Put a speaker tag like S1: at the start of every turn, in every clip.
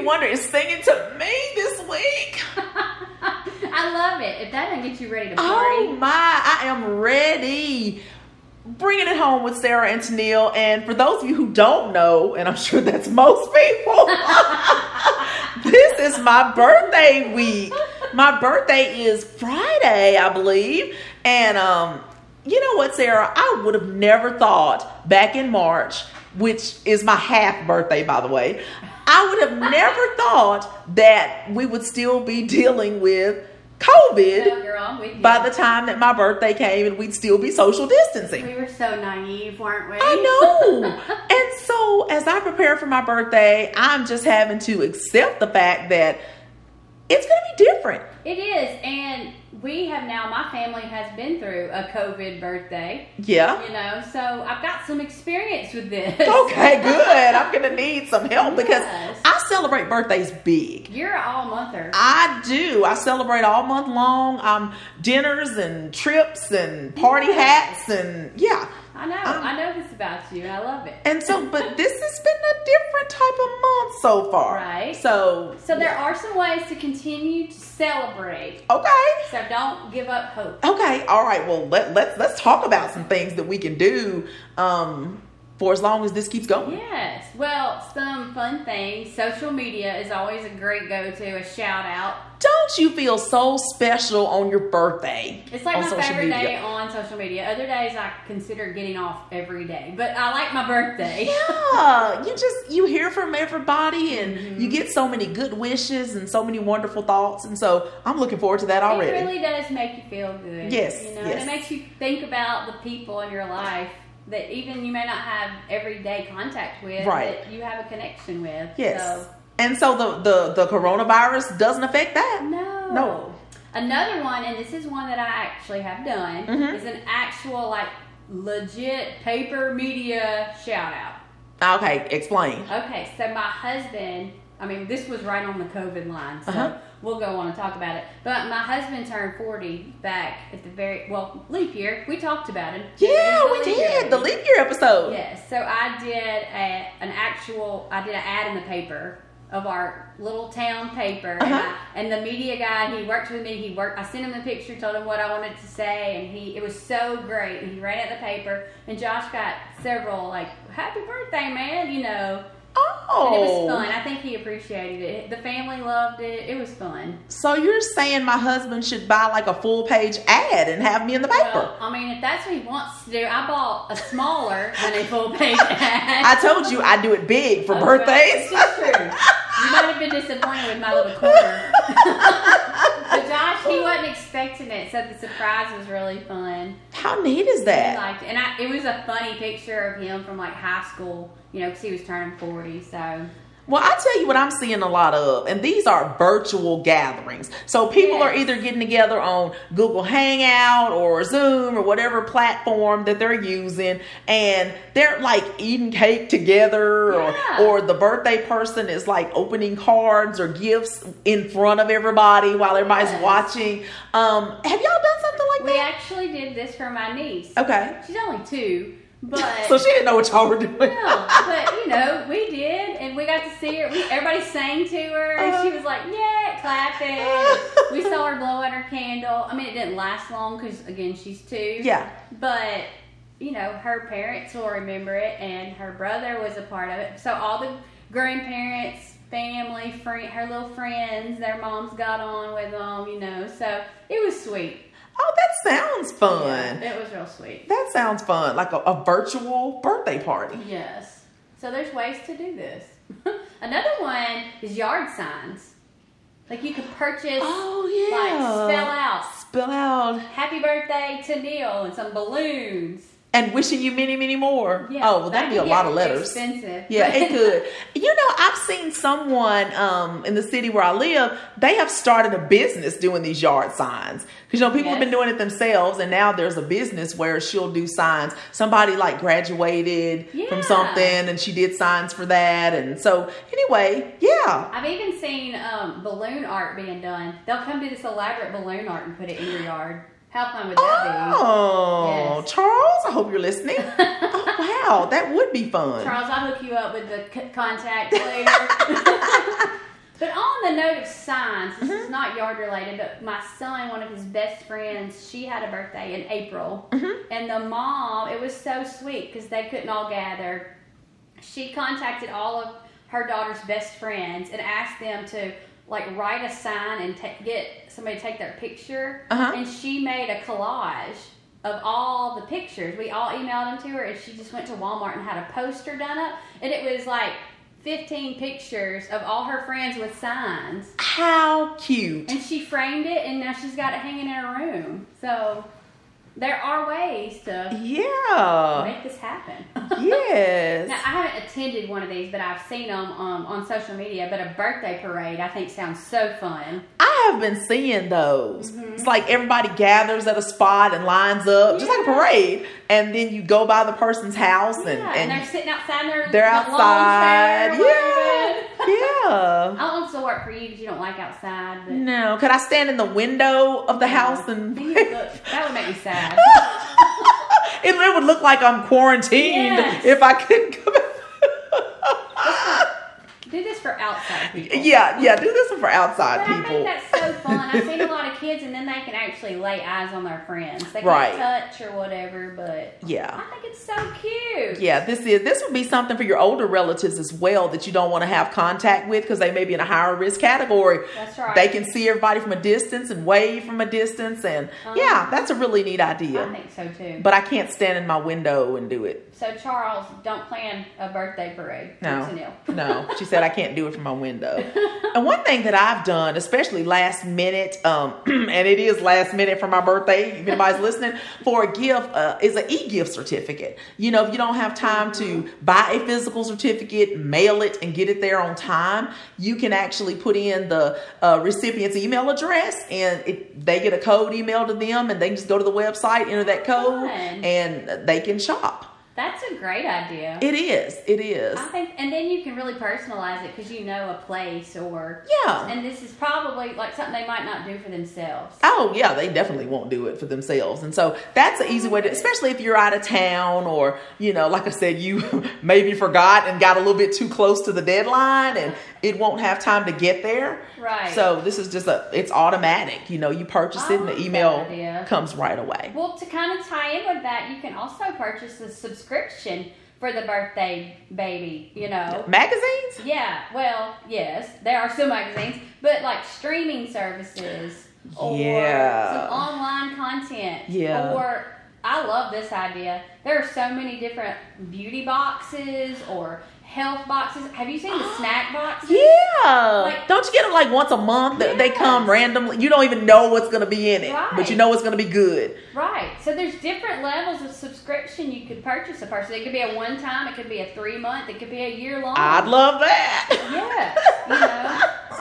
S1: wonder is singing to me this week.
S2: I love it. If that doesn't get you ready to party,
S1: Oh my, I am ready. Bringing it home with Sarah and Tennille. And for those of you who don't know, and I'm sure that's most people, this is my birthday week. My birthday is Friday, I believe. And um, you know what, Sarah? I would have never thought back in March, which is my half birthday, by the way, I would have never thought that we would still be dealing with COVID
S2: No, girl, with you.
S1: by the time that my birthday came and we'd still be social distancing.
S2: we were so naive, weren't we?
S1: I know. and so as I prepare for my birthday, I'm just having to accept the fact that it's going to be different.
S2: It is, and we have now. My family has been through a COVID birthday,
S1: Yeah.
S2: you know, so I've got some experience with this.
S1: Okay, good. I'm going to need some help because
S2: Yes.
S1: I celebrate birthdays big.
S2: You're all mother.
S1: I do. I celebrate all month long. Um, dinners and trips and party hats and yeah.
S2: I know.
S1: I'm-
S2: I know this about you, and I love it.
S1: And so, but this has been a different type of month so far.
S2: Right.
S1: So,
S2: So there are some ways to continue to celebrate.
S1: okay.
S2: So don't give up hope.
S1: Okay, all right. Well, let let's let's talk about some things that we can do um, for as long as this keeps going.
S2: Yes. Well, some fun things. Social media is always a great go-to, a shout out.
S1: Don't you feel so special on your birthday?
S2: It's like
S1: on
S2: my favorite day on social media. Other days I consider getting off every day, but I like my birthday.
S1: Yeah, you just you hear from everybody, and
S2: Mm-hmm.
S1: you get so many good wishes and so many wonderful thoughts, and so I'm looking forward to that
S2: It
S1: already.
S2: really does make you feel good.
S1: Yes,
S2: You know,
S1: yes.
S2: and it makes you think about the people in your life that even you may not have everyday contact with,
S1: Right.
S2: that you have a connection with.
S1: yes,
S2: So,
S1: and so the the the coronavirus doesn't affect that.
S2: no.
S1: No.
S2: Another one, and this is one that I actually have done,
S1: Mhm.
S2: is an actual, like, legit paper media shout out.
S1: Okay, explain.
S2: Okay, so my husband, I mean, this was right on the COVID line, so
S1: Uh-huh.
S2: we'll go on and talk about it. But my husband turned 40 back at the very, well, leap year. We talked about it.
S1: Yeah,
S2: It was
S1: we
S2: the leap year.
S1: did the leap year episode.
S2: Yes, so I did a, an actual, I did an ad in the paper of our little town paper. And,
S1: Uh-huh.
S2: I, and the media guy, he worked with me. He worked, I sent him the picture, told him what I wanted to say, and he, it was so great. And he ran out the paper, and Josh got several, like, happy birthday, man, you know.
S1: Oh,
S2: And it was fun. I think he appreciated it. The family loved it. It was fun.
S1: So you're saying my husband should buy like a full page ad and have me in the paper?
S2: Well, I mean, if that's what he wants to do, I bought a smaller than a full page ad.
S1: I told you I do it big for
S2: Oh, well,
S1: birthdays.
S2: it's just true. You might have been disappointed with my little corner. but Josh, he wasn't expecting it, so the surprise was really fun.
S1: How neat is
S2: He
S1: that?
S2: liked it. And I, it was a funny picture of him from like high school, you know, because he was turning 40, so.
S1: Well, I tell you what I'm seeing a lot of, and these are virtual gatherings. So people are
S2: Yes.
S1: either getting together on Google Hangout or Zoom or whatever platform that they're using, and they're like eating cake together,
S2: Yeah.
S1: or or the birthday person is like opening cards or gifts in front of everybody while everybody's
S2: Yes.
S1: watching. Um, have y'all done something like
S2: We
S1: that?
S2: actually did this for my niece.
S1: Okay.
S2: She's only two, but.
S1: So she didn't know what y'all were doing.
S2: No, but you know, we did, and we got to see her. We, everybody sang to her, and she was like, "Yeah, clapping." we saw her blow out her candle. I mean, it didn't last long because again, she's two.
S1: Yeah.
S2: But you know, her parents will remember it, and her brother was a part of it. So all the grandparents, family, friend, her little friends, their moms got on with them. You know, so it was sweet.
S1: Oh, that sounds fun.
S2: It was real sweet.
S1: That sounds fun, like a, a virtual birthday party.
S2: Yes. So there's ways to do this. Another one is yard signs. Like you could purchase,
S1: Oh
S2: like spell out
S1: spell out
S2: "Happy Birthday to Neil" and some balloons.
S1: and wishing you many, many more. oh, well, that'd
S2: that
S1: be a
S2: could
S1: lot
S2: get
S1: of letters.
S2: Expensive.
S1: Yeah,
S2: but-
S1: it could. You know, I've seen someone um, in the city where I live. They have started a business doing these yard signs because you know people have been
S2: Yes.
S1: doing it themselves, and now there's a business where she'll do signs. Somebody like graduated
S2: Yeah.
S1: from something, and she did signs for that, and so anyway, yeah.
S2: I've even seen um, balloon art being done. They'll come do this elaborate balloon art and put it in your yard. How fun would that be?
S1: Oh,
S2: Yes.
S1: Charles, I hope you're listening. oh, wow, that would be fun.
S2: Charles, I'll hook you up with the c- contact later. But on the note of signs, this is not yard related, but my son, one of his best friends, she had a birthday in April. And the mom, it was so sweet because they couldn't all gather. She contacted all of her daughter's best friends and asked them to like write a sign and ta- get somebody to take their picture.
S1: Uh-huh.
S2: And she made a collage of all the pictures. We all emailed them to her, and she just went to Walmart and had a poster done up. And it was like 15 pictures of all her friends with signs.
S1: How cute.
S2: And she framed it, and now she's got it hanging in her room. So there are ways to
S1: Yeah.
S2: make this happen.
S1: Yes.
S2: Now, I haven't attended one of these, but I've seen them um, on social media. But a birthday parade, I think, sounds so fun.
S1: I have been seeing those.
S2: Mm-hmm.
S1: It's like everybody gathers at a spot and lines up, just like a
S2: Yeah.
S1: parade. And then you go by the person's house and,
S2: yeah,
S1: and,
S2: and, they're sitting outside. And they're
S1: they're
S2: the lawn's
S1: outside.
S2: there,
S1: Yeah.
S2: waving.
S1: yeah.
S2: I'll also work for you because you don't like outside. But
S1: No. Could I stand in the window of the house and
S2: You look- that would make me sad.
S1: it, it would look like I'm quarantined
S2: Yes.
S1: if I couldn't come
S2: Do this for outside people.
S1: Yeah, yeah, do this one for outside
S2: But I
S1: people.
S2: think that's so fun. I've seen a lot of kids, and then they can actually lay eyes on their friends. They can
S1: Right.
S2: touch or whatever, but
S1: yeah.
S2: I think it's so cute.
S1: Yeah, this is this would be something for your older relatives as well that you don't want to have contact with because they may be in a higher risk category.
S2: That's right.
S1: They can see everybody from a distance and wave from a distance, and yeah, that's a really neat
S2: Uh-huh. I
S1: idea.
S2: think so too.
S1: But I can't stand in my window and do it.
S2: so Charles, don't plan a birthday parade.
S1: No,
S2: It's a nil.
S1: no. She said I can't do it from my window. And one thing that I've done, especially last minute, um, and it is last minute for my birthday. If anybody's listening, for a gift uh, is an e-gift certificate. You know, if you don't have time to
S2: Mm-hmm.
S1: buy a physical certificate, mail it, and get it there on time, you can actually put in the uh, recipient's email address, and it, they get a code emailed to them, and they can just go to the website, enter that code,
S2: Fun.
S1: and they can shop.
S2: That's a great idea.
S1: It is. It is.
S2: I think, and then you can really personalize it because you know a place or
S1: Yeah.
S2: And this is probably like something they might not do for themselves.
S1: Oh yeah, they definitely won't do it for themselves, and so that's an easy way to, especially if you're out of town or you know, like I said, you maybe forgot and got a little bit too close to the deadline, and it won't have time to get there.
S2: Right.
S1: So this is just a, it's automatic. You know, you purchase
S2: I
S1: it, and
S2: like
S1: the
S2: that
S1: email
S2: Oh, idea.
S1: comes right away.
S2: Well, to kind of tie in with that, you can also purchase a subscription for the birthday baby, you know.
S1: Magazines?
S2: Yeah, well, yes, there are still magazines, but like streaming services or
S1: Yeah.
S2: some online content.
S1: Yeah.
S2: Or I love this idea. There are so many different beauty boxes or health boxes. Have you seen the snack boxes?
S1: Yeah.
S2: Like-
S1: don't you get them like once a month? They- They
S2: Yes.
S1: come randomly. You don't even know what's going to be in it, but
S2: Right.
S1: you know it's going to be good.
S2: Right. So there's different levels of subscription you could purchase a person. It could be a one time, it could be a three month, it could be a year long.
S1: I'd love that.
S2: Yes, you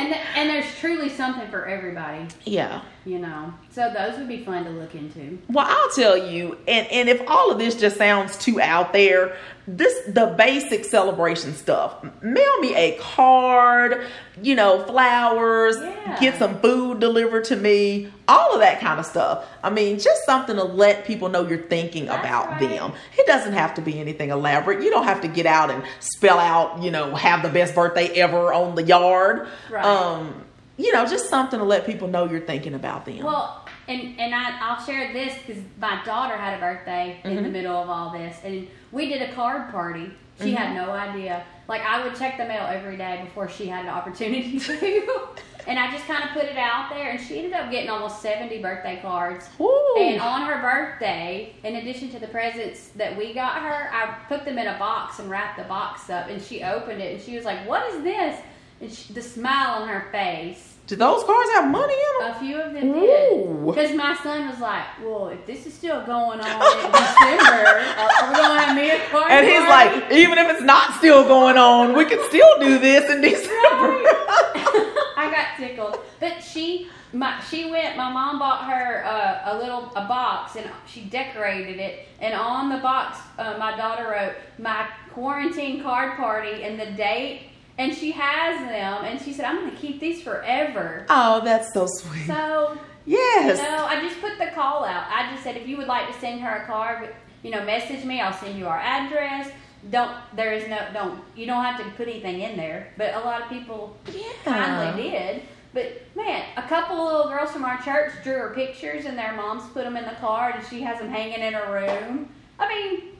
S2: know, and th- and there's truly something for everybody,
S1: Yeah.
S2: you know. So those would be fun to look into.
S1: Well, I'll tell you, and, and if all of this just sounds too out there, this the basic celebration stuff. Mail me a card, you know, flowers,
S2: Yeah.
S1: get some food delivered to me, all of that kind of stuff. I mean, just something to let people know you're thinking
S2: That's
S1: about
S2: right.
S1: them. It doesn't have to be anything elaborate. You don't have to get out and spell out, you know, have the best birthday ever on the yard.
S2: Right.
S1: Um, you know, just something to let people know you're thinking about them.
S2: Well, and and I, I'll share this because my daughter had a birthday in the middle of all this, and we did a card party. She had no idea. Like I would check the mail every day before she had an opportunity to, and I just kind of put it out there, and she ended up getting almost seventy birthday cards.
S1: Ooh.
S2: And on her birthday, in addition to the presents that we got her, I put them in a box and wrapped the box up. And she opened it and she was like, "What is this?" And she, the smile on her face.
S1: Do those cars have money in them?
S2: A few of them did.
S1: Ooh.
S2: Because my son was like, "Well, if this is still going on in December, uh, are we gonna have me a card?"
S1: And he's
S2: party?"
S1: like, even if it's not still going on, we can still do this in December.
S2: I got tickled. But she, my, she went. My mom bought her uh, a little a box, and she decorated it. And on the box, uh, my daughter wrote my quarantine card party and the date. And she has them, and she said, "I'm going to keep these forever."
S1: oh, that's so sweet.
S2: So
S1: yes.
S2: no, I just put the call out. I just said if you would like to send her a card, you know, message me. I'll send you our address. don't there is no don't you don't have to put anything in there but a lot of people kindly did but man a couple little girls from our church drew her pictures and their moms put them in the card and she has them hanging in her room i mean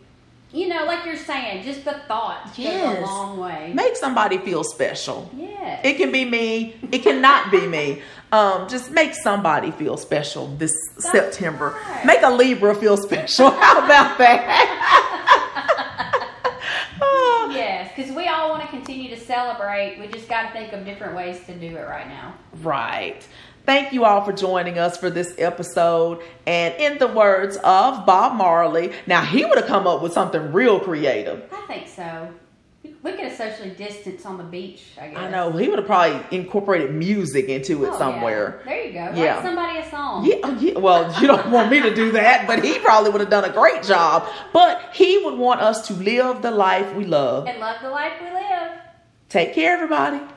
S2: you know like you're saying just the thought goes
S1: Yes.
S2: a long way
S1: Make somebody feel special.
S2: yeah
S1: It can be me. It cannot be me. Um, just make somebody feel special this September.
S2: right.
S1: Make a Libra feel special. How about that? Oh,
S2: yes because we all want to continue to celebrate we just got to think of different ways to do it right now
S1: Right. Thank you all for joining us for this episode. And in the words of Bob Marley, now he would have come up with something real creative.
S2: i think so we could have socially distanced on the beach i guess
S1: I know he would have probably incorporated music into it
S2: Oh, yeah.
S1: somewhere.
S2: There you go.
S1: Yeah.
S2: Write somebody a song.
S1: Yeah, oh, yeah, well, you don't want me to do that, but he probably would have done a great job. But he would want us to live the life we love.
S2: And love the life we live.
S1: Take care, everybody.